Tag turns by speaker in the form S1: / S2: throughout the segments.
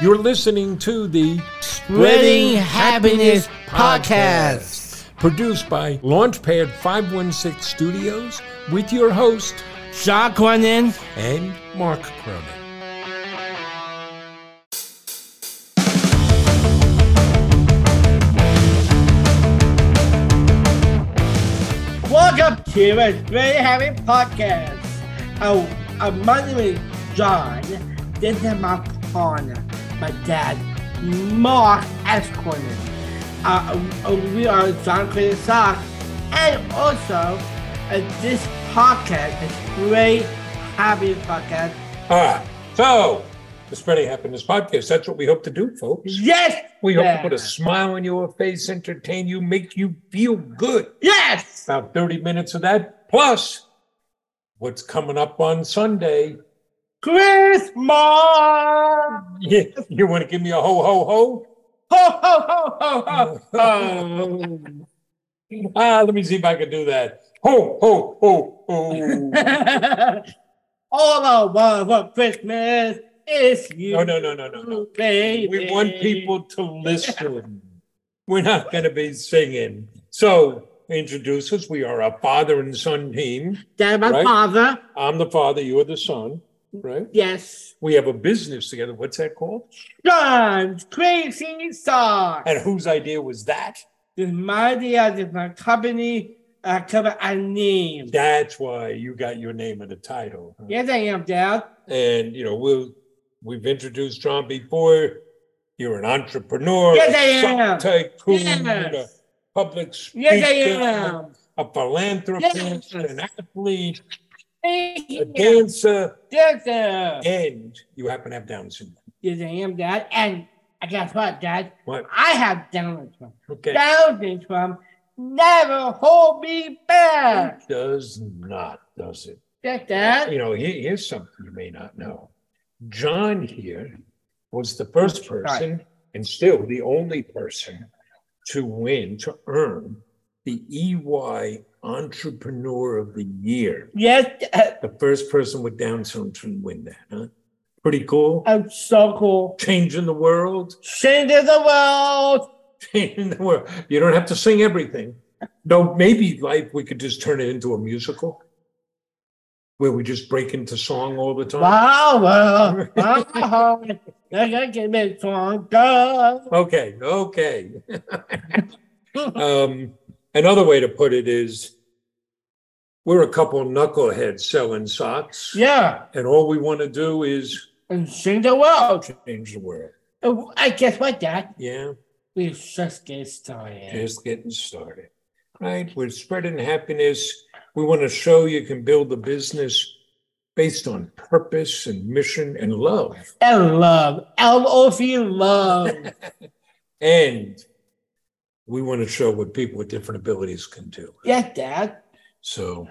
S1: You're listening to the
S2: Spreading Happiness Podcast.
S1: produced by Launchpad 516 Studios with your host
S2: Jacques Cronin.
S1: and Mark Cronin.
S2: Welcome to a Very Happy Podcast. Oh, uh, my name is John. This is my partner, my dad, Mark S. Cronin. Uh, uh, we are John Cronin Sock. And also, uh, this podcast is Very Happy Podcast.
S1: Ah, so the Spreading Happiness Podcast. That's what we hope to do, folks.
S2: Yes!
S1: We hope
S2: yeah.
S1: to put a smile on your face, entertain you, make you feel good.
S2: Yes!
S1: About 30 minutes of that, plus what's coming up on Sunday.
S2: Christmas!
S1: Yeah, you want to give me a ho ho ho?
S2: Ho, ho, ho, ho, ho, ho.
S1: Ah, let me see if I can do that. Ho ho ho ho.
S2: All I want for Christmas is you.
S1: No no no no no no.
S2: Baby.
S1: We want people to listen. We're not going to be singing. So introduce us. We are a father and son team.
S2: That's my
S1: right?
S2: father.
S1: I'm the father. You're the son. Right.
S2: Yes.
S1: We have a business together. What's that called?
S2: John's crazy socks.
S1: And whose idea was that?
S2: This is my idea. This is my company. Uh, cover I need.
S1: That's why you got your name and the title. huh?
S2: Yes, I am, Dad.
S1: and you know we'll we've introduced John before. You're an entrepreneur,
S2: Yes, I
S1: a
S2: am.
S1: stock tycoon,
S2: Yes.
S1: a public speaker,
S2: Yes, I am.
S1: a philanthropist,
S2: Yes.
S1: an athlete,
S2: Thank
S1: a
S2: you.
S1: dancer,
S2: Yes, I am.
S1: and you happen to have Down syndrome.
S2: Yes, I am, Dad. And guess what, Dad?
S1: What?
S2: I have Down syndrome.
S1: Okay,
S2: Thousands from never hold me back.
S1: does not, does it?
S2: Get that?
S1: You know, here, here's something you may not know. John here was the first person, and still the only person, to win to earn the EY Entrepreneur of the Year.
S2: Yes, uh,
S1: The first person with Down syndrome to win that, huh? Pretty cool.
S2: I'm uh, so cool.
S1: Changing the world,
S2: Send to the world.
S1: changing the world. You don't have to sing everything. No, maybe like we could just turn it into a musical where we just break into song all the time.
S2: Wow, wow, wow, wow. I gotta get me song. Go.
S1: Okay, okay. um, another way to put it is we're a couple knuckleheads selling socks,
S2: Yeah,
S1: and all we want to do is
S2: and sing the world.
S1: change the world.
S2: Oh, I guess what, Dad?
S1: Yeah,
S2: We just get started.
S1: just getting started. Right? We're spreading happiness. We want to show you can build a business based on purpose and mission and love.
S2: And love, L O V love.
S1: And we want to show what people with different abilities can do.
S2: yes, Dad.
S1: So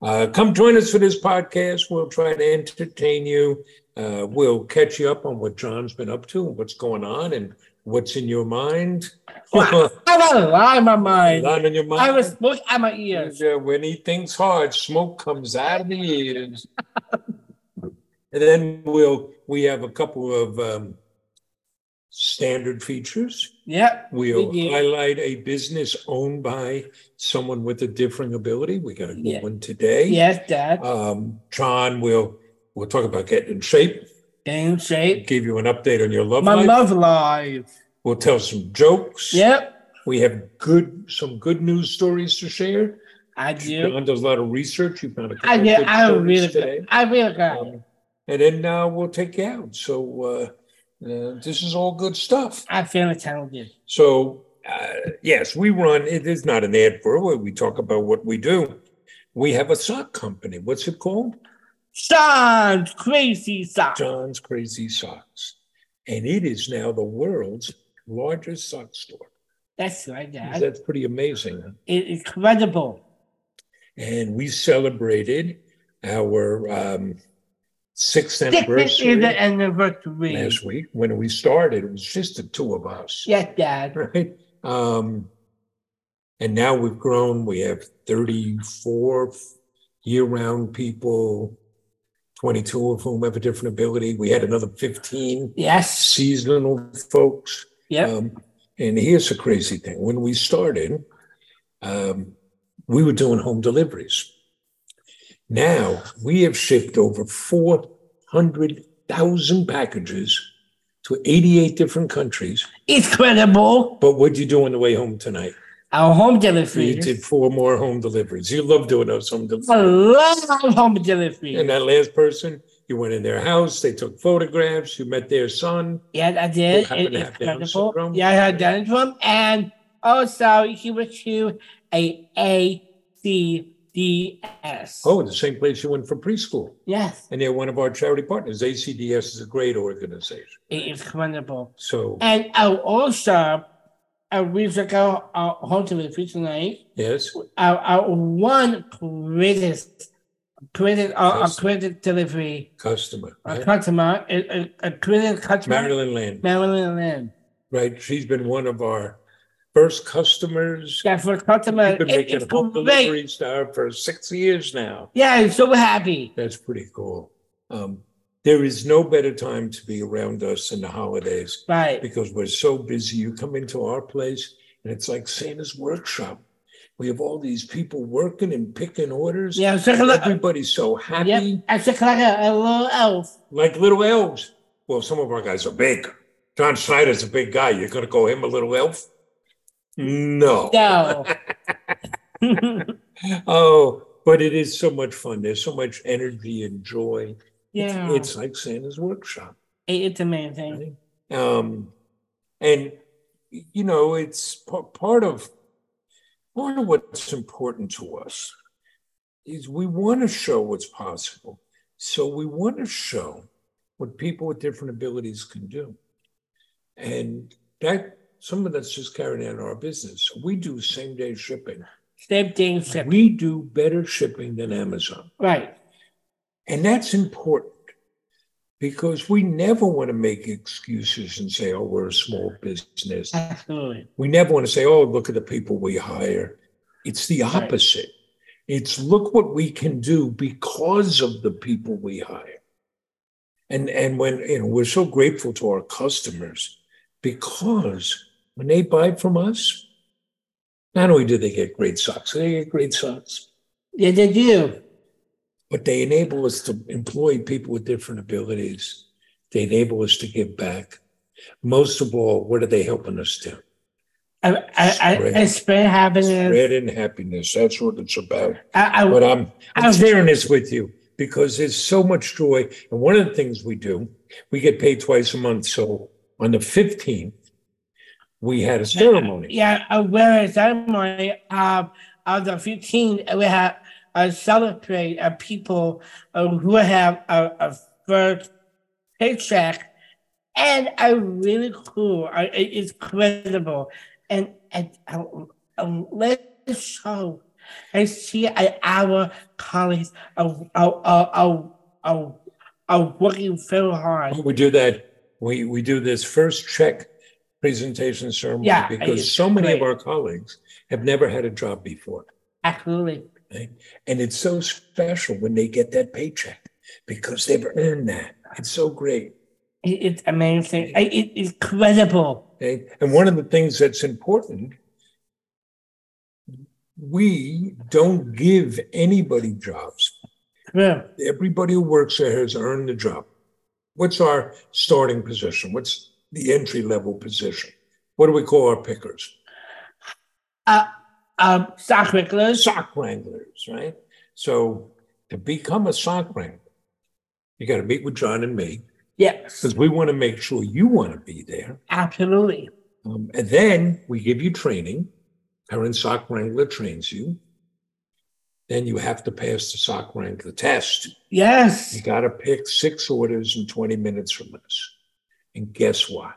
S1: uh, come join us for this podcast. We'll try to entertain you. Uh, we'll catch you up on what John's been up to and what's going on and what's in your mind.
S2: Wow. I got a lot in my mind.
S1: Not in your mind.
S2: I was smoke at my ears.
S1: Yeah, when he thinks hard, smoke comes out of the ears. and then we'll we have a couple of um, standard features.
S2: Yep.
S1: We'll
S2: Yeah.
S1: highlight a business owned by someone with a differing ability. We got a good
S2: Yeah.
S1: one today.
S2: Yes, Dad.
S1: Um, John, we'll we'll talk about getting in shape.
S2: Game shape.
S1: Give you an update on your love
S2: My
S1: life.
S2: love life.
S1: We'll tell some jokes.
S2: Yep,
S1: We have good some good news stories to share.
S2: I do.
S1: John does a lot of research. You found a couple
S2: I
S1: of
S2: yeah,
S1: good
S2: I
S1: stories
S2: really
S1: today.
S2: good. I really good.
S1: Um, and then uh, we'll take you out. So uh, uh, this is all good stuff.
S2: I feel talented.
S1: So uh, yes, we run. It is not an ad for where we talk about what we do. We have a sock company. What's it called?
S2: Sean's crazy socks.
S1: John's Crazy Socks. And it is now the world's largest sock store.
S2: That's right, Dad.
S1: That's pretty amazing.
S2: It's incredible.
S1: And we celebrated our um, sixth
S2: This is
S1: anniversary
S2: the anniversary.
S1: last week. When we started, it was just the two of us,
S2: Yes, Dad.
S1: right? Um, and now we've grown. We have 34 year round people, 22 of whom have a different ability. We had another 15
S2: Yes.
S1: seasonal folks.
S2: Yep.
S1: Um, and here's the crazy thing. When we started, um, we were doing home deliveries. Now we have shipped over 400,000 packages to 88 different countries.
S2: It's credible.
S1: But what'd you do on the way home tonight?
S2: Our home
S1: You
S2: delivery.
S1: did four more home deliveries. You love doing those home deliveries.
S2: I love home delivery.
S1: And that last person, you went in their house, they took photographs, you met their son.
S2: Yeah, I did.
S1: You happen
S2: It,
S1: to
S2: it's
S1: have Down
S2: credible.
S1: syndrome?
S2: Yeah, I had Down syndrome, and also he was to a A C D S.
S1: Oh, the same place you went for preschool.
S2: yes,
S1: And they're one of our charity partners. ACDS is a great organization.
S2: it is credible.
S1: So,
S2: And oh, also, uh, we took our, our uh, home to the free tonight.
S1: yes,
S2: Our, our one credit, credit, uh, a
S1: Yes.
S2: credit delivery,
S1: customer.
S2: a
S1: Right?
S2: customer, a, a, a credit customer,
S1: Marilyn Land,
S2: Marilyn Lynn.
S1: right? She's been one of our first customers.
S2: Yeah, for customer,
S1: We've been
S2: it-
S1: making
S2: it's
S1: home
S2: great.
S1: deliveries to her for six years now.
S2: Yeah, I'm so happy.
S1: That's pretty cool. Um, there is no better time to be around us in the holidays
S2: Right.
S1: because we're so busy. You come into our place and it's like Santa's workshop. We have all these people working and picking orders.
S2: Yeah, it's like a little,
S1: Everybody's so happy,
S2: yep, it's like a, a little elf.
S1: like little elves. Well, some of our guys are big. John Schneider's a big guy. You're going to call him a little elf? No.
S2: No.
S1: Oh, but it is so much fun. There's so much energy and joy. It's-
S2: yeah,
S1: It's, like Santa's workshop.
S2: It- it's amazing.
S1: Right? Um, and you know, it's p- part of part of what's important to us is we want to show what's possible. So we want to show what people with different abilities can do, and that some of that's just carried out in our business. We do same day shipping.
S2: Same thing. Same.
S1: We do better shipping than Amazon.
S2: Right.
S1: And that's important because we never want to make excuses and say, oh, we're a small business.
S2: Absolutely.
S1: We never want to say, oh, look at the people we hire. It's the
S2: Right.
S1: opposite. It's look what we can do because of the people we hire. And and when you know we're so grateful to our customers because when they buy from us, not only do they get great socks, they get great socks
S2: Yeah, they do.
S1: but they enable us to employ people with different abilities. They enable us to give back. Most of all, what are they helping us do?
S2: I, I, I, I spend happiness. Oh.
S1: Spread in happiness. That's what it's about.
S2: I,
S1: But
S2: I,
S1: I'm, I'm sharing this with you because there's so much joy. And one of the things we do, we get paid twice a month. So on the 15th, we had a ceremony.
S2: yeah, uh, where is that money? Um, on the 15th, we have uh, celebrate uh, people uh, who have a, a first paycheck, and I really cool. I, it- it's credible, and and uh, uh, let's show and see uh, our colleagues are are are are, are, are working very hard.
S1: We do that. We, we do this first check presentation ceremony
S2: Yeah,
S1: because
S2: it's
S1: so many of
S2: great.
S1: our colleagues have never had a job before.
S2: Absolutely,
S1: Right? And it's so special when they get that paycheck because they've earned that. It's so great.
S2: It- it's amazing. It- it- it's credible.
S1: okay? And one of the things that's important, we don't give anybody jobs.
S2: True.
S1: Everybody who works there has earned the job. What's our starting position? What's the entry level position? What do we call our pickers?
S2: Uh, um, stock wrigglers.
S1: sock wranglers, right? So to become a sock wrangler, you got to meet with John and me.
S2: Yes,
S1: because we want to make sure you want to be there.
S2: absolutely.
S1: Um, and then we give you training. Karen Sock Wrangler trains you. Then you have to pass the Sock Wrangler test. You
S2: Yes,
S1: got to pick six orders in 20 minutes or less. And guess what?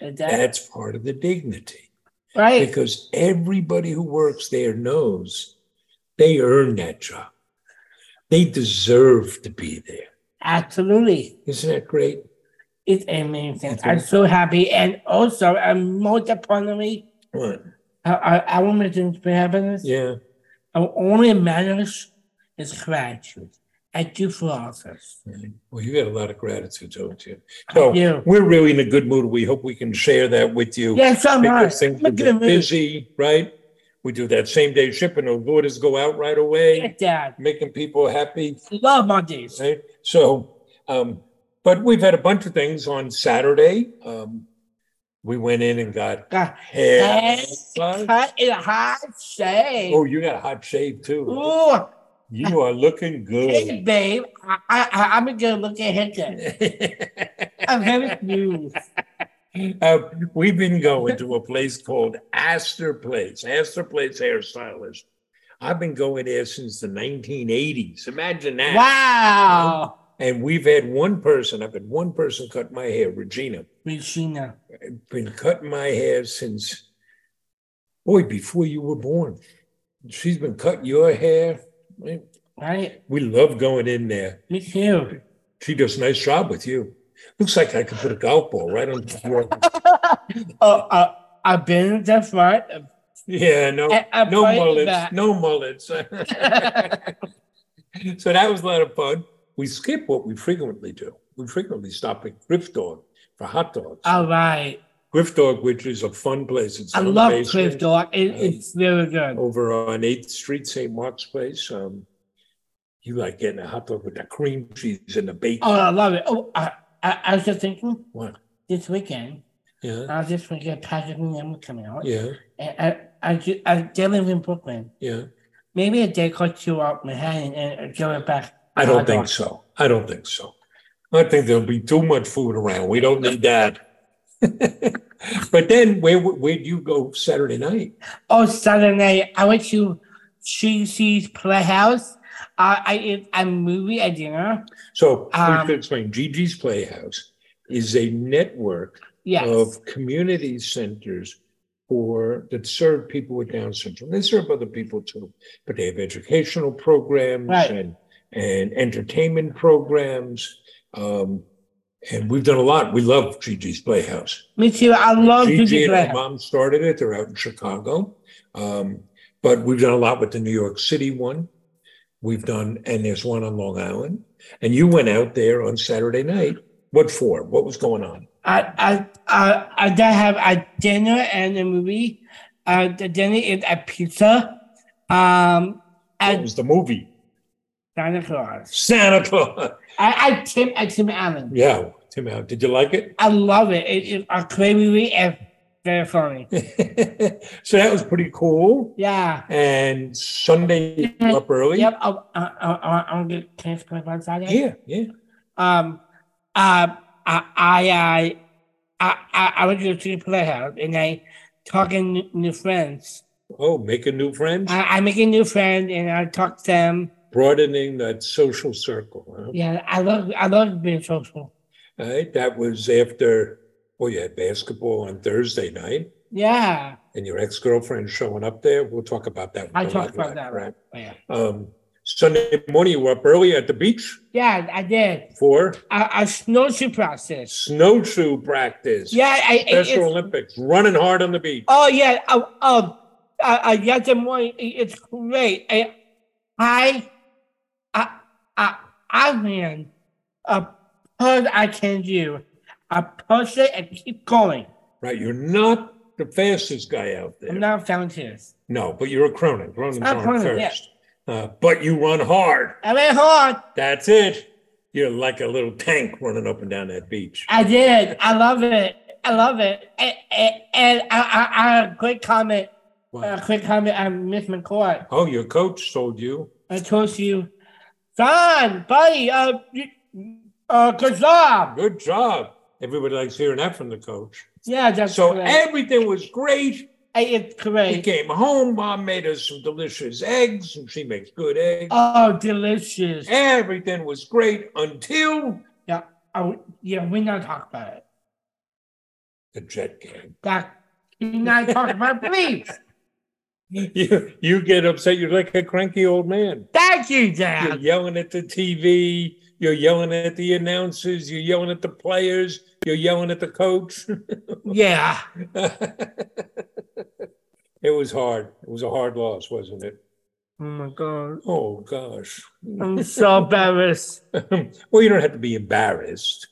S2: that-
S1: That's part of the dignity
S2: right.
S1: because everybody who works there knows they earn that job. They deserve to be there.
S2: Absolutely.
S1: Isn't that great?
S2: It's amazing.
S1: That's
S2: I'm
S1: right.
S2: so happy. And also, um, most importantly,
S1: Right.
S2: our, our, our mission for happiness,
S1: Yeah.
S2: our only matters is gratitude. Thank you for office.
S1: Well, you got a lot of gratitude, don't you? So
S2: do.
S1: we're really in a good mood. We hope we can share that with you.
S2: Yes, I'm right.
S1: because things
S2: I'm
S1: are
S2: in a good mood.
S1: busy, right? We do that same day shipping. Those orders go out right away,
S2: Thank Dad.
S1: making people happy.
S2: Love Mondays.
S1: Right? So, um, but we've had a bunch of things on Saturday. Um, we went in and got
S2: Got
S1: hair.
S2: hair cut in a hot shade.
S1: Oh, you got a hot shave too.
S2: Ooh,
S1: You are looking
S2: hey,
S1: good.
S2: babe. I, I, I'm gonna look at him. then. I'm having news.
S1: Uh, we've been going to a place called Astor Place, Astor Place Hairstylist. I've been going there since the 1980s. Imagine that.
S2: Wow.
S1: And we've had one person, I've had one person cut my hair, Regina.
S2: Regina.
S1: Been cutting my hair since, boy, before you were born. She's been cutting your hair.
S2: Right?
S1: We love going in there.
S2: Me too.
S1: She does a nice job with you. Looks like I could put a golf ball right on the floor.
S2: Oh, uh, I've been in the front.
S1: Yeah, no,
S2: I- I
S1: no
S2: bite
S1: mullets,
S2: back.
S1: no mullets. so that was a lot of fun. We skip what we frequently do. We frequently stop at Griff Dog for hot dogs.
S2: All right.
S1: Griff Dog, which is a fun place. It's
S2: Ah. I
S1: on
S2: love
S1: Main
S2: Cliff
S1: Street
S2: Dog. It, it's really good.
S1: over on Eighth Street, St. Mark's Place. Um, you like getting a hot dog with the cream cheese and the bacon.
S2: Oh, I love it. Oh, I, I, I was just thinking
S1: What?
S2: this weekend,
S1: Yeah,
S2: I was just thinking of Patrick and Emma coming out.
S1: yeah,
S2: And I, I, ju- I, they live in Brooklyn.
S1: yeah.
S2: Maybe a day or two out Manhattan and go it back.
S1: I
S2: to
S1: don't
S2: hot
S1: think
S2: dogs.
S1: so. I don't think so. I think there'll be too much food around. We don't need that. but then where where'd you go Saturday night?
S2: Oh, Saturday night, I went to Cece's Playhouse. Uh, I ate a movie at dinner.
S1: So we
S2: Um,
S1: should explain Gigi's Playhouse is a network
S2: Yes.
S1: of community centers for that serve people with Down syndrome. They serve other people too, but they have educational programs
S2: Right.
S1: and and entertainment programs. Um, and we've done a lot. We love Gigi's Playhouse.
S2: Me too. I love
S1: Gigi
S2: Cece's
S1: and her
S2: Playhouse.
S1: mom started it. They're out in Chicago. Um, but we've done a lot with the New York City one. We've done, and there's one on Long Island. And you went out there on Saturday night. What for? What was going on?
S2: I, I, I, I did have a dinner and a movie. Uh, the dinner is a pizza. Um,
S1: It
S2: and
S1: was the movie
S2: Santa Claus.
S1: Santa Claus.
S2: I, I Tim at Tim Allen.
S1: Yeah, Tim, how did you like it?
S2: I love it. It is a great movie and very funny.
S1: so that was pretty cool.
S2: Yeah.
S1: And Sunday you were up early.
S2: Mm-hmm. Yep. Oh, I, I, I, uh, I'm gonna can I come back on Saturday?
S1: Yeah, yeah.
S2: Um. Um. I. I. I. I, I went to the City Playhouse and I talking new, new friends.
S1: Oh, making new friends,
S2: I, I make a new friend and I talk to them.
S1: broadening that social circle. Huh?
S2: Yeah. I love. I love being social.
S1: All right, that was after, well, you had basketball on Thursday night
S2: Yeah.
S1: and your ex girlfriend showing up there. We'll talk about that.
S2: I
S1: with
S2: talked
S1: the lot,
S2: about that.
S1: Right.
S2: Yeah.
S1: Um, Sunday morning, you were up early at the beach
S2: Yeah. I did.
S1: for
S2: A, a snowshoe process.
S1: snowshoe practice.
S2: Yeah. I. I
S1: Special
S2: it's-
S1: Olympics, running hard on the beach.
S2: Oh yeah, um, um uh, uh, yes, and more. it- It's great. I, I, I, I, I ran a pose I can do. I push it and keep going.
S1: Right. You're not the fastest guy out there.
S2: I'm not volunteers.
S1: no, but you're a Cronin. Cronin's
S2: I'm
S1: on
S2: Cronin, yeah.
S1: first. Uh, but you run hard.
S2: I ran hard.
S1: That's it. You're like a little tank running up and down that beach.
S2: I uh, did. I love it. I love it. And, and, and I, I, I, a quick comment.
S1: Wow.
S2: A quick comment on Miss McCoy.
S1: Oh, your coach told you.
S2: I told you, Don, buddy, uh, you- uh, good job.
S1: Good job. Everybody likes hearing that from the coach.
S2: Yeah, that's
S1: So
S2: correct.
S1: everything was great.
S2: I, it's
S1: He
S2: great.
S1: came home. Mom made us some delicious eggs, and she makes good eggs.
S2: Oh, delicious.
S1: Everything was great until
S2: Oh, yeah, we're not talking about it.
S1: the jet came.
S2: That you're not talking about it, please.
S1: You, you get upset. You're like a cranky old man.
S2: Thank you,
S1: You're
S2: Dad.
S1: yelling at the TV. You're yelling at the announcers. You're yelling at the players. You're yelling at the coach.
S2: Yeah.
S1: it was hard. It was a hard loss, wasn't it?
S2: Oh my god.
S1: Oh gosh.
S2: I'm so embarrassed.
S1: well, you don't have to be embarrassed.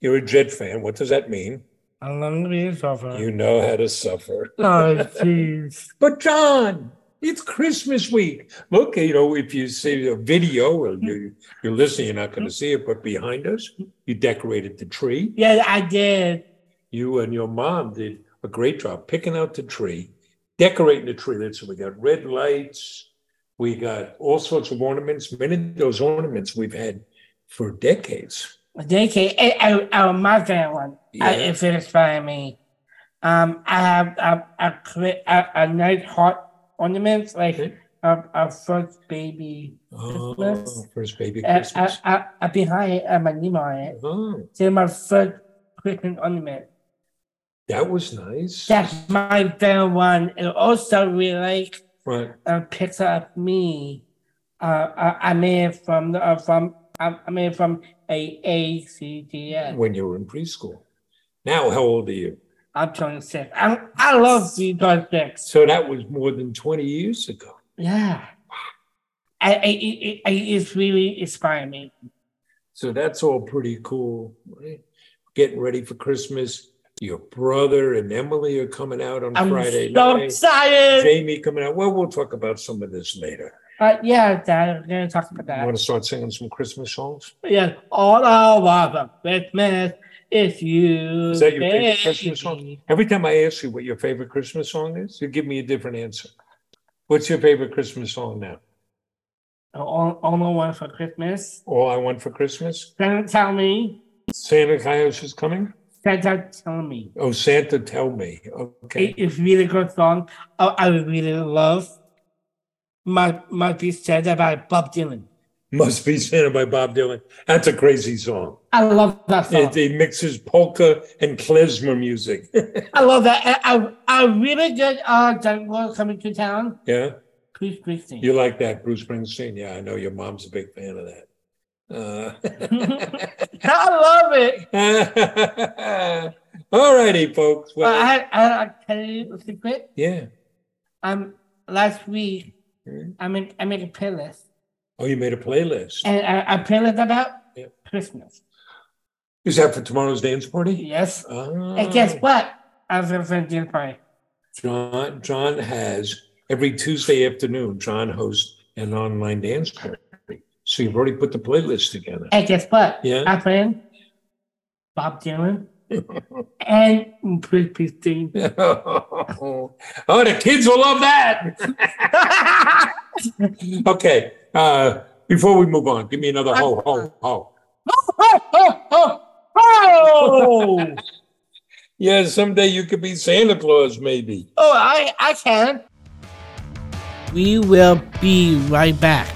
S1: You're a Jet fan. What does that mean?
S2: I love to be a sufferer.
S1: You know how to suffer.
S2: Oh jeez.
S1: But John, it's Christmas week. Look, you know, if you see a video or you, you're listening, you're not going to see it, but behind us, you decorated the tree.
S2: Yeah, I did.
S1: You and your mom did a great job picking out the tree, decorating the tree. That's we got red lights, we got all sorts of ornaments. Many of those ornaments we've had for decades.
S2: A decade. I, I, I, eh, oh, my favorite one. I,
S1: Yeah.
S2: if it inspired me. Um, I have a a, cri- a, a nice heart ornament like
S1: Okay.
S2: a, a first baby.
S1: Oh,
S2: Christmas. Uh,
S1: first baby
S2: I, I,
S1: Christmas.
S2: I, I behind it, and my name on it.
S1: Oh,
S2: It's my first Christmas ornament.
S1: that was nice.
S2: That's my favorite one. It also relates
S1: Right.
S2: a picture of me. Uh, I, I made it from the, uh, from I, I made it from a ACDS.
S1: When you were in preschool. Now, how old are you?
S2: I'm 26. I'm, I love being 26.
S1: So that was more than 20 years ago.
S2: Yeah. I, I, it, I, it's really inspiring me.
S1: So that's all pretty cool. Right? Getting ready for Christmas. Your brother and Emily are coming out on
S2: I'm
S1: Friday
S2: so
S1: night.
S2: excited.
S1: Jamie coming out. Well, we'll talk about some of this later.
S2: Uh, yeah, Dad, we're going to talk about
S1: You
S2: that.
S1: want to start singing some Christmas songs?
S2: Yeah, all I want for Christmas is you.
S1: Is that your favorite
S2: baby.
S1: Christmas song? Every time I ask you what your favorite Christmas song is, you give me a different answer. What's your favorite Christmas song now?
S2: All, all I want for Christmas.
S1: All I Want for Christmas?
S2: Santa tell me.
S1: Santa Claus is coming?
S2: Santa tell me.
S1: Oh, Santa, tell me. Okay.
S2: It, it's really good song. I, I really love. My might be said about Bob Dylan.
S1: Must Be Santa by Bob Dylan. That's a crazy song.
S2: I love that song.
S1: It, it mixes polka and klezmer music.
S2: I love that. A, a, a really good uh, jungle coming to town.
S1: yeah.
S2: Bruce Springsteen.
S1: You like that, Bruce Springsteen? Yeah, I know your mom's a big fan of that.
S2: I love it.
S1: Uh, all righty, folks.
S2: Uh, I
S1: Well,
S2: had, I had a tell you a secret.
S1: yeah.
S2: Um, last week
S1: Hmm.
S2: I made I made a playlist,
S1: Oh, you made a playlist.
S2: and I, I playlist about
S1: Yeah.
S2: Christmas.
S1: Is that for tomorrow's dance party?
S2: Yes.
S1: Ah,
S2: And guess what? I was at a dinner party.
S1: John, John has every Tuesday afternoon, John hosts an online dance party. So you've already put the playlist together.
S2: And guess what?
S1: Yeah.
S2: I played Bob Dylan and Bruce Springsteen.
S1: oh, the kids will love that. okay. Uh, before we move on, give me another ho, ho, ho.
S2: Ho, ho, ho, ho!
S1: Yeah, someday you could be Santa Claus, maybe.
S2: Oh, I, I can. We will be right back.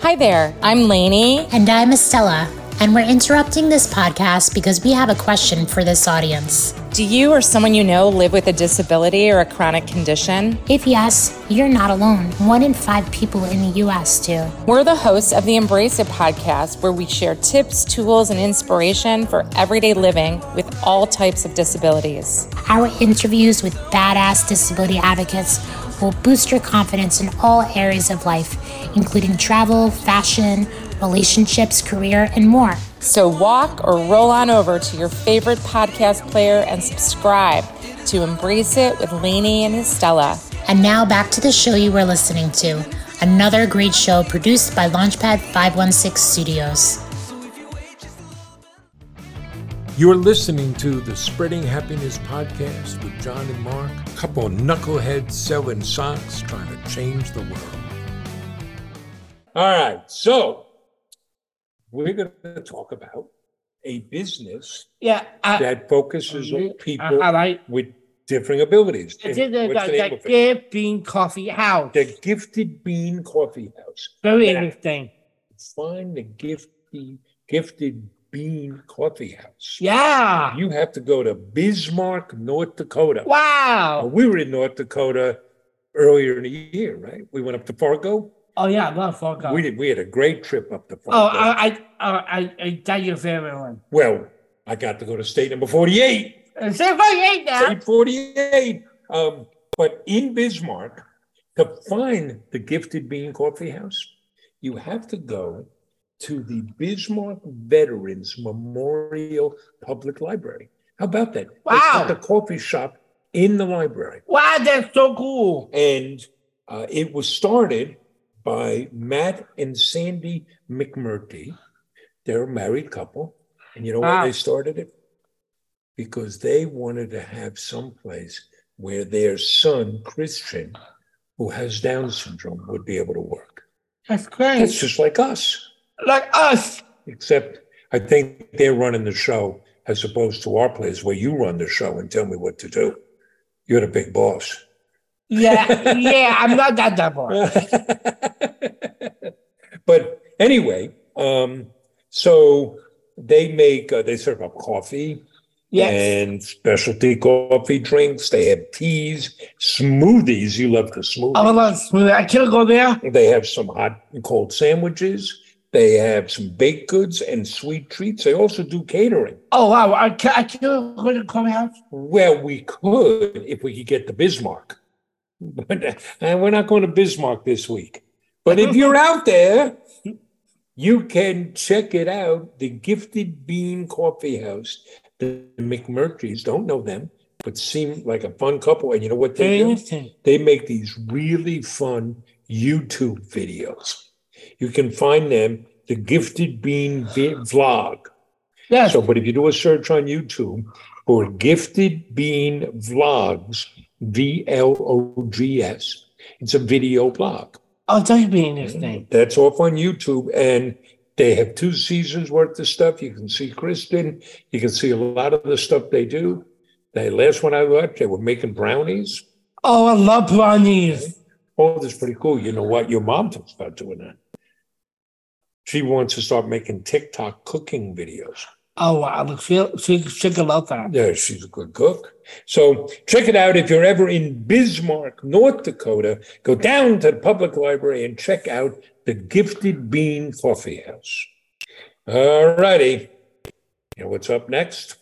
S3: Hi there, I'm Lainey.
S4: And I'm Estella, and we're interrupting this podcast because we have a question for this audience.
S3: Do you or someone you know live with a disability or a chronic condition?
S4: If yes, you're not alone. One in five people in the US do.
S3: We're the hosts of the Embrace It podcast, where we share tips, tools, and inspiration for everyday living with all types of disabilities.
S4: Our interviews with badass disability advocates will boost your confidence in all areas of life, including travel, fashion, relationships, career, and more.
S3: So walk or roll on over to your favorite podcast player and subscribe to Embrace It with Lainey and Estella.
S4: And now back to the show you were listening to. Another great show produced by Launchpad 516 Studios.
S1: You're listening to the Spreading Happiness podcast with John and Mark, a couple of knuckleheads selling socks trying to change the world. All right, so we're going to talk about a business
S2: Yeah, I,
S1: that focuses on people
S2: I, I like.
S1: with differing abilities.
S2: I
S1: And
S2: did it
S1: what's
S2: about
S1: the name
S2: that
S1: of it?
S2: Dave Bean Coffee House.
S1: The Gifted Bean Coffee House.
S2: Very
S1: Yeah.
S2: interesting.
S1: Find the gifted, gifted Bean Coffee House.
S2: Yeah.
S1: You have to go to Bismarck, North Dakota.
S2: Wow.
S1: We were in North Dakota earlier in the year, right? We went up to Fargo.
S2: Oh yeah, I love Fall Guy.
S1: We did. We had a great trip up to Fall
S2: oh,
S1: Guy.
S2: I, I, oh, I, I, that's your favorite one.
S1: well, I got to go to state number forty-eight.
S2: Is that my eight now?
S1: State forty-eight. Um, but in Bismarck, to find the Gifted Bean Coffee House, you have to go to the Bismarck Veterans Memorial Public Library. How about that?
S2: Wow.
S1: The coffee shop in the library.
S2: Wow, that's so cool.
S1: And uh, it was started by Matt and Sandy McMurtry. They're a married couple. And you know
S2: Wow.
S1: why they started it? Because they wanted to have some place where their son, Christian, who has Down syndrome, would be able to work.
S2: That's great.
S1: It's just like us,
S2: like us.
S1: except I think they're running the show as opposed to our place where you run the show and tell me what to do. You're the big boss.
S2: Yeah, yeah. I'm not that double.
S1: but anyway, um, so they make uh, they serve up coffee
S2: Yes.
S1: and specialty coffee drinks. They have teas, smoothies. You love the smoothies.
S2: Oh, look, smoothie. I can't go there.
S1: They have some hot and cold sandwiches. They have some baked goods and sweet treats. They also do catering.
S2: Oh wow, I can't. I can't go to the coffee house.
S1: Well, we could if we could get to Bismarck, but uh, we're not going to Bismarck this week. But if you're out there, you can check it out. The Gifted Bean Coffee House. The McMurtry's don't know them, but seem like a fun couple. And you know what they do?
S2: Interesting.
S1: They make these really fun YouTube videos. You can find them. The Gifted Bean Vi- Vlog.
S2: Yes.
S1: So, but if you do a search on YouTube for Gifted Bean Vlogs, V L O G S, it's a video blog.
S2: Oh, that's be interesting.
S1: That's off on YouTube. And they have two seasons worth of stuff. You can see Kristen, you can see a lot of the stuff they do. The last one I watched, they were making brownies.
S2: Oh, I love brownies.
S1: Oh, that's pretty cool. You know what? Your mom talks about doing that. She wants to start making TikTok cooking videos.
S2: Oh wow, look, she she she could love that.
S1: Yeah, she's a good cook. So check it out if you're ever in Bismarck, North Dakota. Go down to the public library and check out the Gifted Bean Coffee House. All righty. You know what's up next?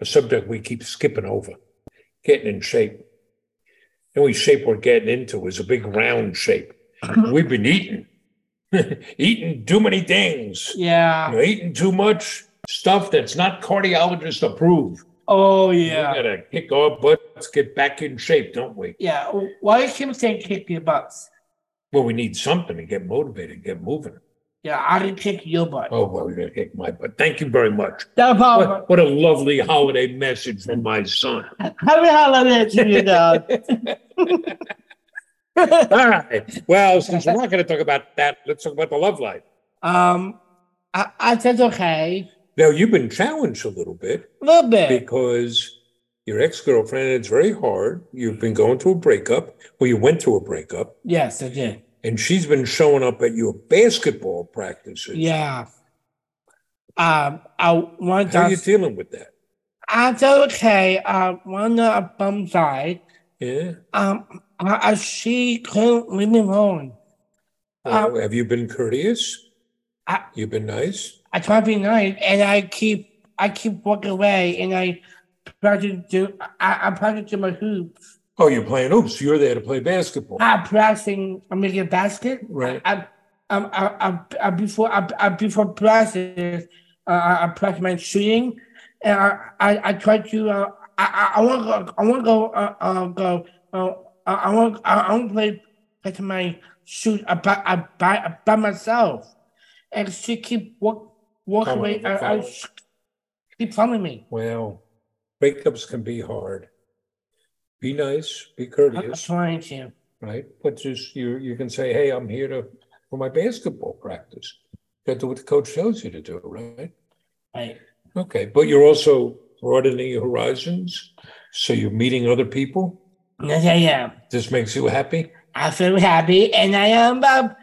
S1: A subject we keep skipping over getting in shape. The only shape we're getting into is a big round shape. We've been eating, eating too many things.
S2: Yeah.
S1: You're eating too much stuff that's not cardiologist approved.
S2: Oh
S1: We
S2: yeah.
S1: gotta kick our butts, get back in shape, don't we?
S2: Yeah. Why you keep saying kick your butts?
S1: Well, we need something to get motivated, get moving.
S2: Yeah, I didn't kick your butt.
S1: Oh well, you're gonna kick my butt. Thank you very much.
S2: No problem.
S1: What, what a lovely holiday message from my son.
S2: Happy holiday to you, dog.
S1: All right. Well, since we're not gonna talk about that, let's talk about the love life.
S2: Um, I, I said okay.
S1: Now you've been challenged a little bit
S2: A little bit.
S1: because your ex-girlfriend, it's very hard. You've been going through a breakup, well, you went through a breakup,
S2: Yes, I did.
S1: and she's been showing up at your basketball practices.
S2: Yeah. Um, I one
S1: How are
S2: time
S1: you dealing with that?
S2: I said okay. Um, one night I bum side.
S1: Yeah.
S2: Um, I, I she couldn't leave me alone.
S1: Uh, have you been courteous?
S2: I-
S1: You've been nice.
S2: I try to be nice, and I keep I keep walking away, and I try to do I, I try to do my hoops.
S1: Oh, you're playing hoops. You're there to play basketball.
S2: I'm pressing. I'm making a basket.
S1: Right.
S2: I, I'm, I, I, I, before, I, I, before practice, uh, I, I practice my shooting, and I, I, I try to, uh, I, I want to go, I want to go, uh, uh, go, uh, I- I want, I, I want to play, play to my shoot uh, by, uh, by, uh, by myself, and she keep walk, walk
S1: Follow-
S2: away, uh,
S1: follow.
S2: uh, she keep following me.
S1: Well, breakups can be hard. Be nice. Be
S2: I- I'm
S1: courteous.
S2: trying to.
S1: Right. But just you, you can say, "Hey, I'm here to for my basketball practice." You got to do what the coach tells you to do, right?
S2: Right.
S1: Okay. But you're also broadening your horizons, so you're meeting other people.
S2: Yes, I am.
S1: This makes you happy.
S2: I feel happy, and I am. Um,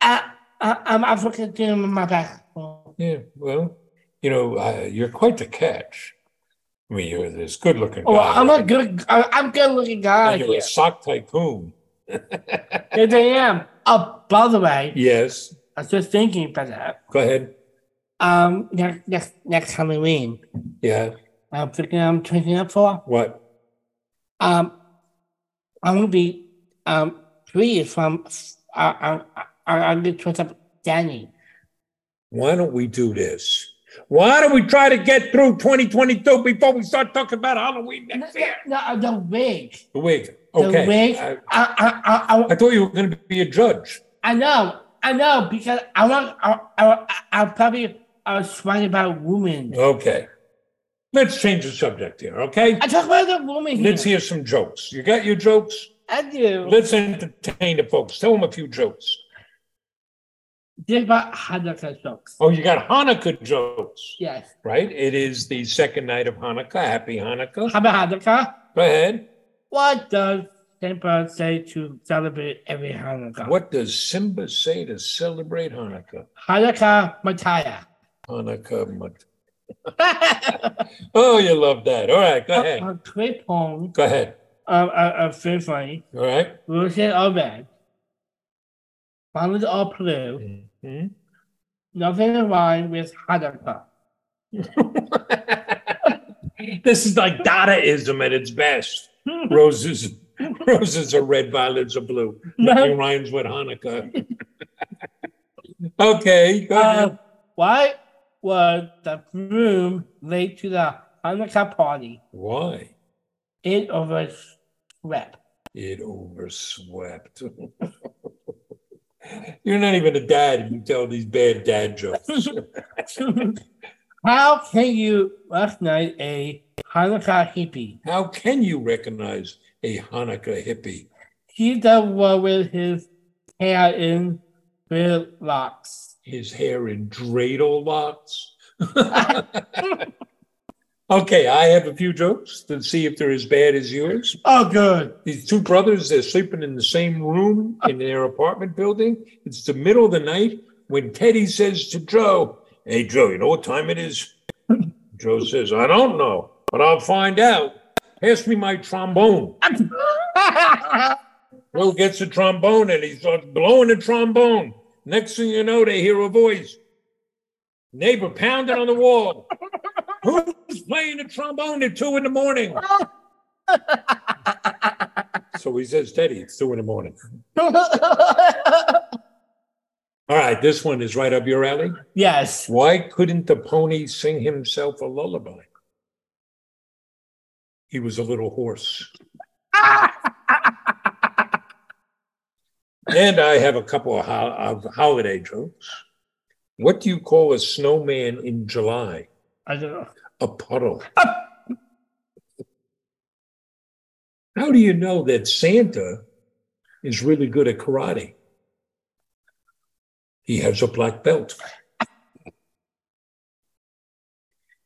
S2: I, I, I'm African doing my Oh, basketball.
S1: Yeah. Well, you know, uh, you're quite the catch. I mean, you're this good-looking
S2: Oh,
S1: guy.
S2: I'm a good. I- I'm good looking guy.
S1: And you're a sock tycoon.
S2: Yes, I am. Oh, by the way,
S1: Yes,
S2: I was just thinking about that.
S1: go ahead.
S2: Um, next next next Halloween,
S1: Yeah,
S2: I'm thinking I'm drinking up for.
S1: what?
S2: Um, I'm gonna be um free from. I I I I'm gonna twist up Danny.
S1: Why don't we do this? Why don't we try to get through 2022 before we start talking about Halloween
S2: No,
S1: next year?
S2: no, the wig.
S1: The wig.
S2: The
S1: Okay.
S2: wig. I
S1: I,
S2: I I, I,
S1: I thought you were going to be a judge.
S2: I know, I know, because I want, I, I, I probably, I was talking about women.
S1: Okay. Let's change the subject here, okay?
S2: I talk about the woman here.
S1: Let's hear some jokes. You got your jokes?
S2: I do.
S1: Let's entertain the folks. Tell them a few jokes.
S2: This about Hanukkah jokes.
S1: Oh, you got Hanukkah jokes,
S2: Yes.
S1: right? It is the second night of Hanukkah. Happy Hanukkah.
S2: How about Hanukkah?
S1: Go ahead.
S2: What does Saint Paul say to celebrate every Hanukkah?
S1: What does Simba say to celebrate Hanukkah?
S2: Hanukkah Mataya.
S1: Hanukkah. Mat- Oh, you love that. All right, go ahead.
S2: a quick poem
S1: Go ahead.
S2: of a very funny.
S1: All right.
S2: Wilson all red. Mountains all blue.
S1: Mhm.
S2: Nothing in line with Hanukkah.
S1: this is like Dadaism at its best. Roses, roses are red, violets are blue. Nothing rhymes with Hanukkah. okay, go
S2: Uh,
S1: ahead.
S2: why was the groom late to the Hanukkah party?
S1: Why?
S2: It overslept.
S1: It overswept. You're not even a dad if you tell these bad dad jokes.
S2: How can you recognize a Hanukkah hippie?
S1: How can you recognize a Hanukkah hippie?
S2: He's the one with his hair in real locks.
S1: his hair in dreidel locks. okay, I have a few jokes to see if they're as bad as yours.
S2: Oh, good.
S1: These two brothers, they're sleeping in the same room in their apartment building. It's the middle of the night when Teddy says to Joe, Hey, Joe, you know what time it is? Joe says, I don't know, but I'll find out. Pass me my trombone. Joe gets a trombone and he starts blowing the trombone. Next thing you know, they hear a voice. Neighbor pounding on the wall. Who's playing the trombone at two in the morning? so he says, Teddy, it's two in the morning. All right, this one is right up your alley.
S2: yes.
S1: Why couldn't the pony sing himself a lullaby? He was a little horse. and I have a couple of, ho- of holiday jokes. What do you call a snowman in July?
S2: I don't know.
S1: A puddle. How do you know that Santa is really good at karate? He has a black belt.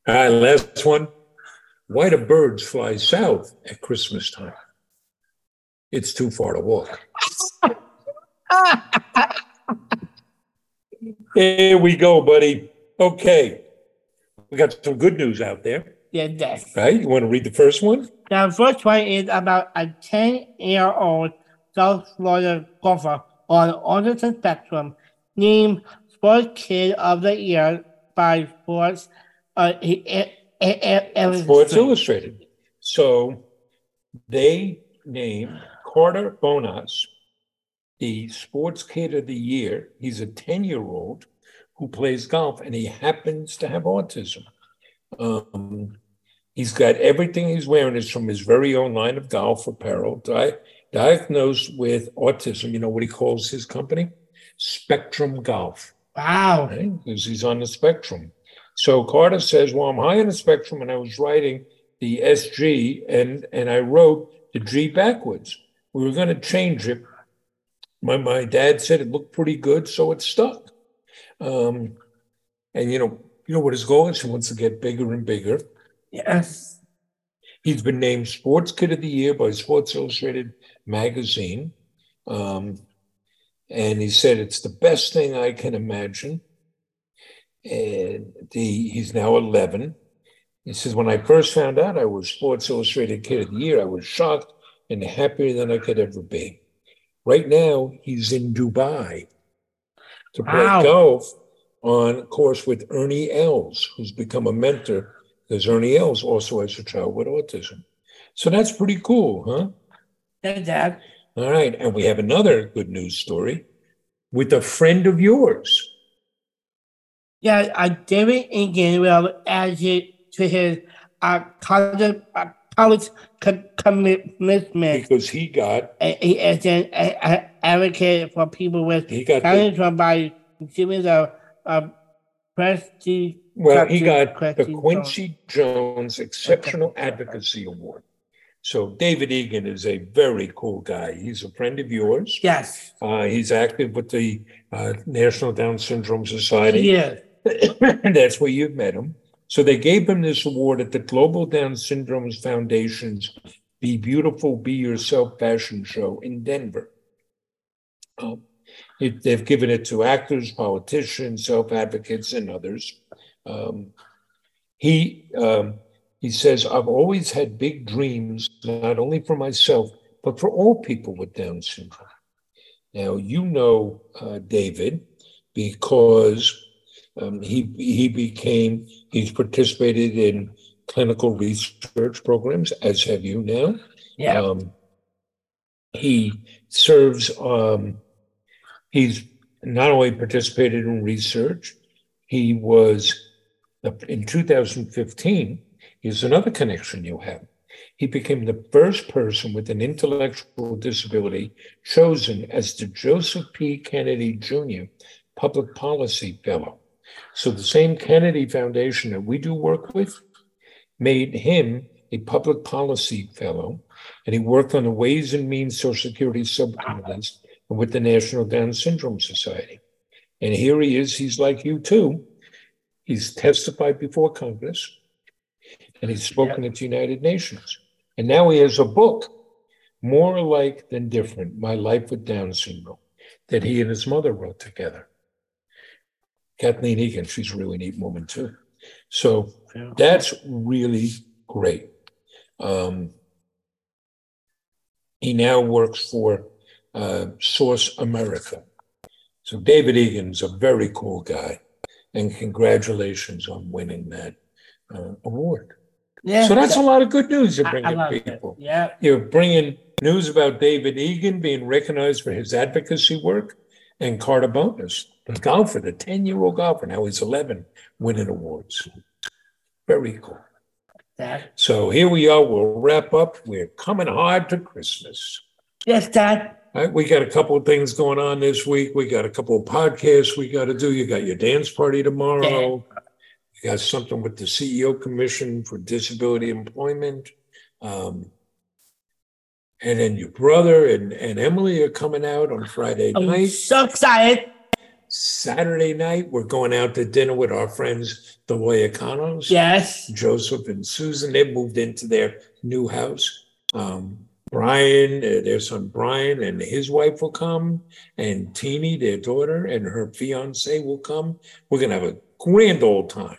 S1: All right, last one. Why do birds fly south at Christmas time? It's too far to walk. Here we go, buddy. Okay. We got some good news out there,
S2: Yeah, yes.
S1: right? You want to read the first one?
S2: The first one is about a 10 year old South Florida golfer on autism spectrum named Sports Kid of the Year by Sports. Uh, he- eh, eh, eh, eh,
S1: Sports Illustrated. So they named Carter Bonas the sports kid of the year. He's a 10 year old who plays golf and he happens to have autism. Um, he's got everything he's wearing is from his very own line of golf apparel, di- diagnosed with autism. You know what he calls his company? Spectrum Golf.
S2: Wow.
S1: because he's on the spectrum. So Carter says, "Well, I'm high on the spectrum, and I was writing the SG, and and I wrote the G backwards. We were going to change it. My my dad said it looked pretty good, so it stuck. Um, and you know, you know what his goal is. He wants to get bigger and bigger.
S2: Yes.
S1: He's been named Sports Kid of the Year by Sports Illustrated magazine. Um, and he said, it's the best thing I can imagine. And the, he's now 11. He says, when I first found out I was Sports Illustrated Kid of the Year, I was shocked and happier than I could ever be. Right now, he's in Dubai to play
S2: Wow.
S1: golf on course with Ernie Els, who's become a mentor because Ernie Els also has a child with autism. So that's pretty cool, huh?
S2: That, that,
S1: All right. And we have another good news story with a friend of yours.
S2: yeah, uh, David Ingan will add it to his uh, college, uh, college co- commitment
S1: because he got
S2: and he is an a, a advocate for people with
S1: he got the,
S2: challenge by giving the uh, prestige.
S1: well he
S2: Quincy-
S1: got the
S2: Quincy
S1: Quincy Jones Exceptional Advocacy Award. So David Egan is a very cool guy. He's a friend of yours.
S2: Yes,
S1: Uh, he's active with the uh, National Down Syndrome Society.
S2: he is.
S1: That's where you've met him. So they gave him this award at the Global Down Syndrome Foundation's Be Beautiful, Be Yourself fashion show in Denver. Um, it- they've given it to actors, politicians, self advocates, and others. Um, he um, he says, "I've always had big dreams, not only for myself but for all people with Down syndrome." Now you know uh, David because um, he he became he's participated in clinical research programs, as have you now.
S2: Yeah.
S1: Um, he serves. Um, he's not only participated in research. He was in 2015. Here's another connection you have. He became the first person with an intellectual disability chosen as the Joseph P. Kennedy Jr. Public Policy Fellow. So the same Kennedy Foundation that we do work with made him a public policy fellow, and he worked on the Ways and Means Social Security subcommittees and with the National Down Syndrome Society. And here he is, he's like you too. He's testified before Congress and he's spoken at the United Nations. And now he has a book, More Alike Than Different My Life with Down Syndrome, that he and his mother wrote together. Kathleen Egan, she's a really neat woman too. So
S2: Yeah.
S1: that's really great. Um, he now works for uh, Source America. So David Egan's a very cool guy, and congratulations on winning that uh, award.
S2: yeah.
S1: So that's a lot of good news you're
S2: I, I
S1: bringing,
S2: love it.
S1: people.
S2: Yeah.
S1: You're bringing news about David Egan being recognized for his advocacy work and Carter Bonus, the golfer, the 10 year old golfer, now he's 11, winning awards. Very cool.
S2: That.
S1: So here we are. We'll wrap up. We're coming hard to Christmas.
S2: Yes, Dad.
S1: All right, we got a couple of things going on this week. We got a couple of podcasts we got to do. You got your dance party tomorrow. You got something with the CEO Commission for Disability Employment. Um, and then your brother and, and Emily are coming out on Friday
S2: I'm
S1: night.
S2: so excited.
S1: Saturday night, we're going out to dinner with our friends, the Loyacanos.
S2: Yes.
S1: Joseph and Susan. They moved into their new house. Um, Brian, uh, their son Brian, and his wife will come, and Teeny, their daughter, and her fiance will come. We're gonna have a grand old time.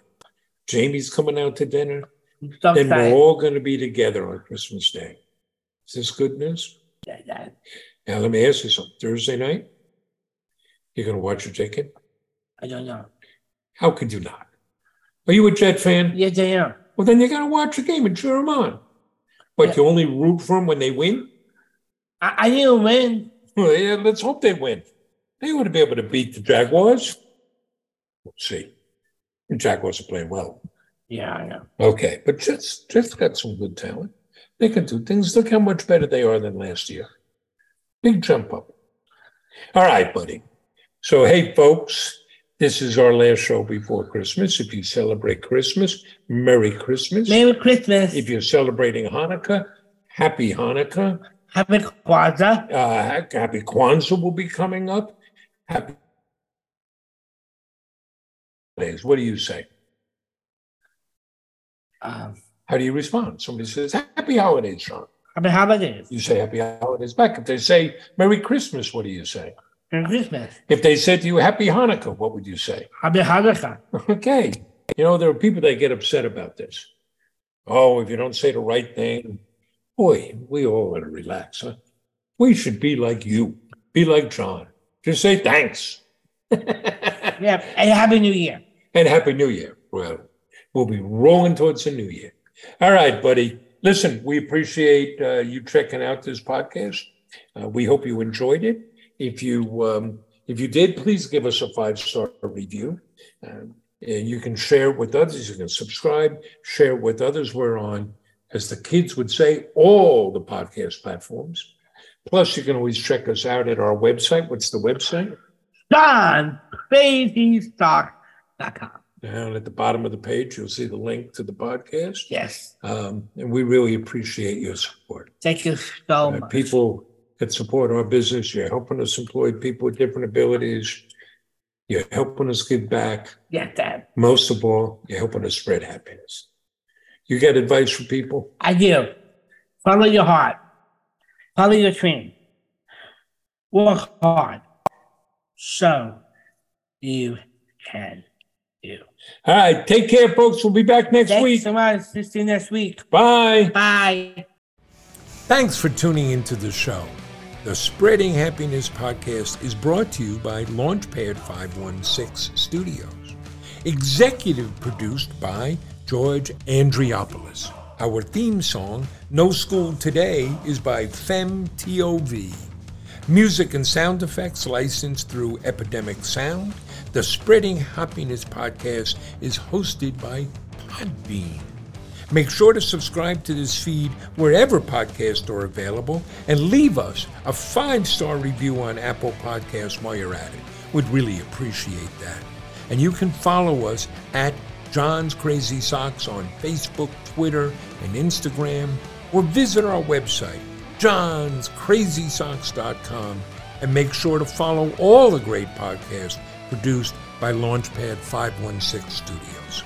S1: Jamie's coming out to dinner.
S2: I'm so
S1: Then we're
S2: excited.
S1: all gonna be together on Christmas Day. Is this good news?
S2: Yeah, Dad.
S1: Now let me ask you something. Thursday night, you're gonna watch your ticket?
S2: I don't know.
S1: How could you not? Are you a Jet fan?
S2: Yes, I am.
S1: Well, then you got to watch the game and cheer them on. But you only root for them when they win?
S2: I, I need to win.
S1: Well, yeah, let's hope they win. They ought to be able to beat the Jaguars. We'll see. The Jaguars are playing well.
S2: Yeah, I know.
S1: Okay, but Jets, Jets got some good talent. They can do things. Look how much better they are than last year. Big jump up. All right, buddy. So, hey, folks, this is our last show before Christmas. If you celebrate Christmas, Merry Christmas.
S2: Merry Christmas.
S1: If you're celebrating Hanukkah, happy Hanukkah.
S2: Happy Kwanzaa.
S1: Uh, happy Kwanzaa will be coming up. Happy holidays. What do you say?
S2: Um,
S1: How do you respond? Somebody says, Happy holidays, Sean.
S2: happy holidays.
S1: You say, Happy holidays back. If they say, Merry Christmas, what do you say?
S2: Merry Christmas.
S1: If they said to you, Happy Hanukkah, what would you say?
S2: Happy Hanukkah.
S1: Okay. You know, there are people that get upset about this. Oh, if you don't say the right thing, boy, we all ought to relax. Huh? We should be like you. Be like John. Just say thanks.
S2: Yeah, and Happy New Year.
S1: and Happy New Year. Well, we'll be rolling towards the New Year. All right, buddy. Listen, we appreciate uh, you checking out this podcast. Uh, we hope you enjoyed it. If you um, if you did, please give us a five star review. Um, and you can share it with others. You can subscribe, share it with others. We're on, as the kids would say, all the podcast platforms. Plus, you can always check us out at our website. What's the website?
S2: DonBazyStock.com.
S1: Down at the bottom of the page, you'll see the link to the podcast.
S2: Yes.
S1: Um, and we really appreciate your support.
S2: Thank you so
S1: Uh,
S2: much.
S1: people that support our business, you're helping us employ people with different abilities. You're helping us give back.
S2: Yes, Dad.
S1: Most of all, you're helping us spread happiness. You got advice for people?
S2: I do. Follow your heart. Follow your dream. Work hard. So you can do.
S1: All right. Take care, folks. We'll be back next
S2: Thanks
S1: week.
S2: so much. See you next week.
S1: Bye.
S2: Bye.
S1: Thanks for tuning into the show. The Spreading Happiness podcast is brought to you by Launchpad 516 Studios, executive produced by George Andriopoulos. Our theme song, No School Today, is by FemTOV. Music and sound effects licensed through Epidemic Sound. The Spreading Happiness podcast is hosted by Podbean. Make sure to subscribe to this feed wherever podcasts are available and leave us a five star review on Apple Podcasts while you're at it. We'd really appreciate that. And you can follow us at John's Crazy Socks on Facebook, Twitter, and Instagram, or visit our website, johnscrazysocks.com, and make sure to follow all the great podcasts produced by Launchpad 516 Studios.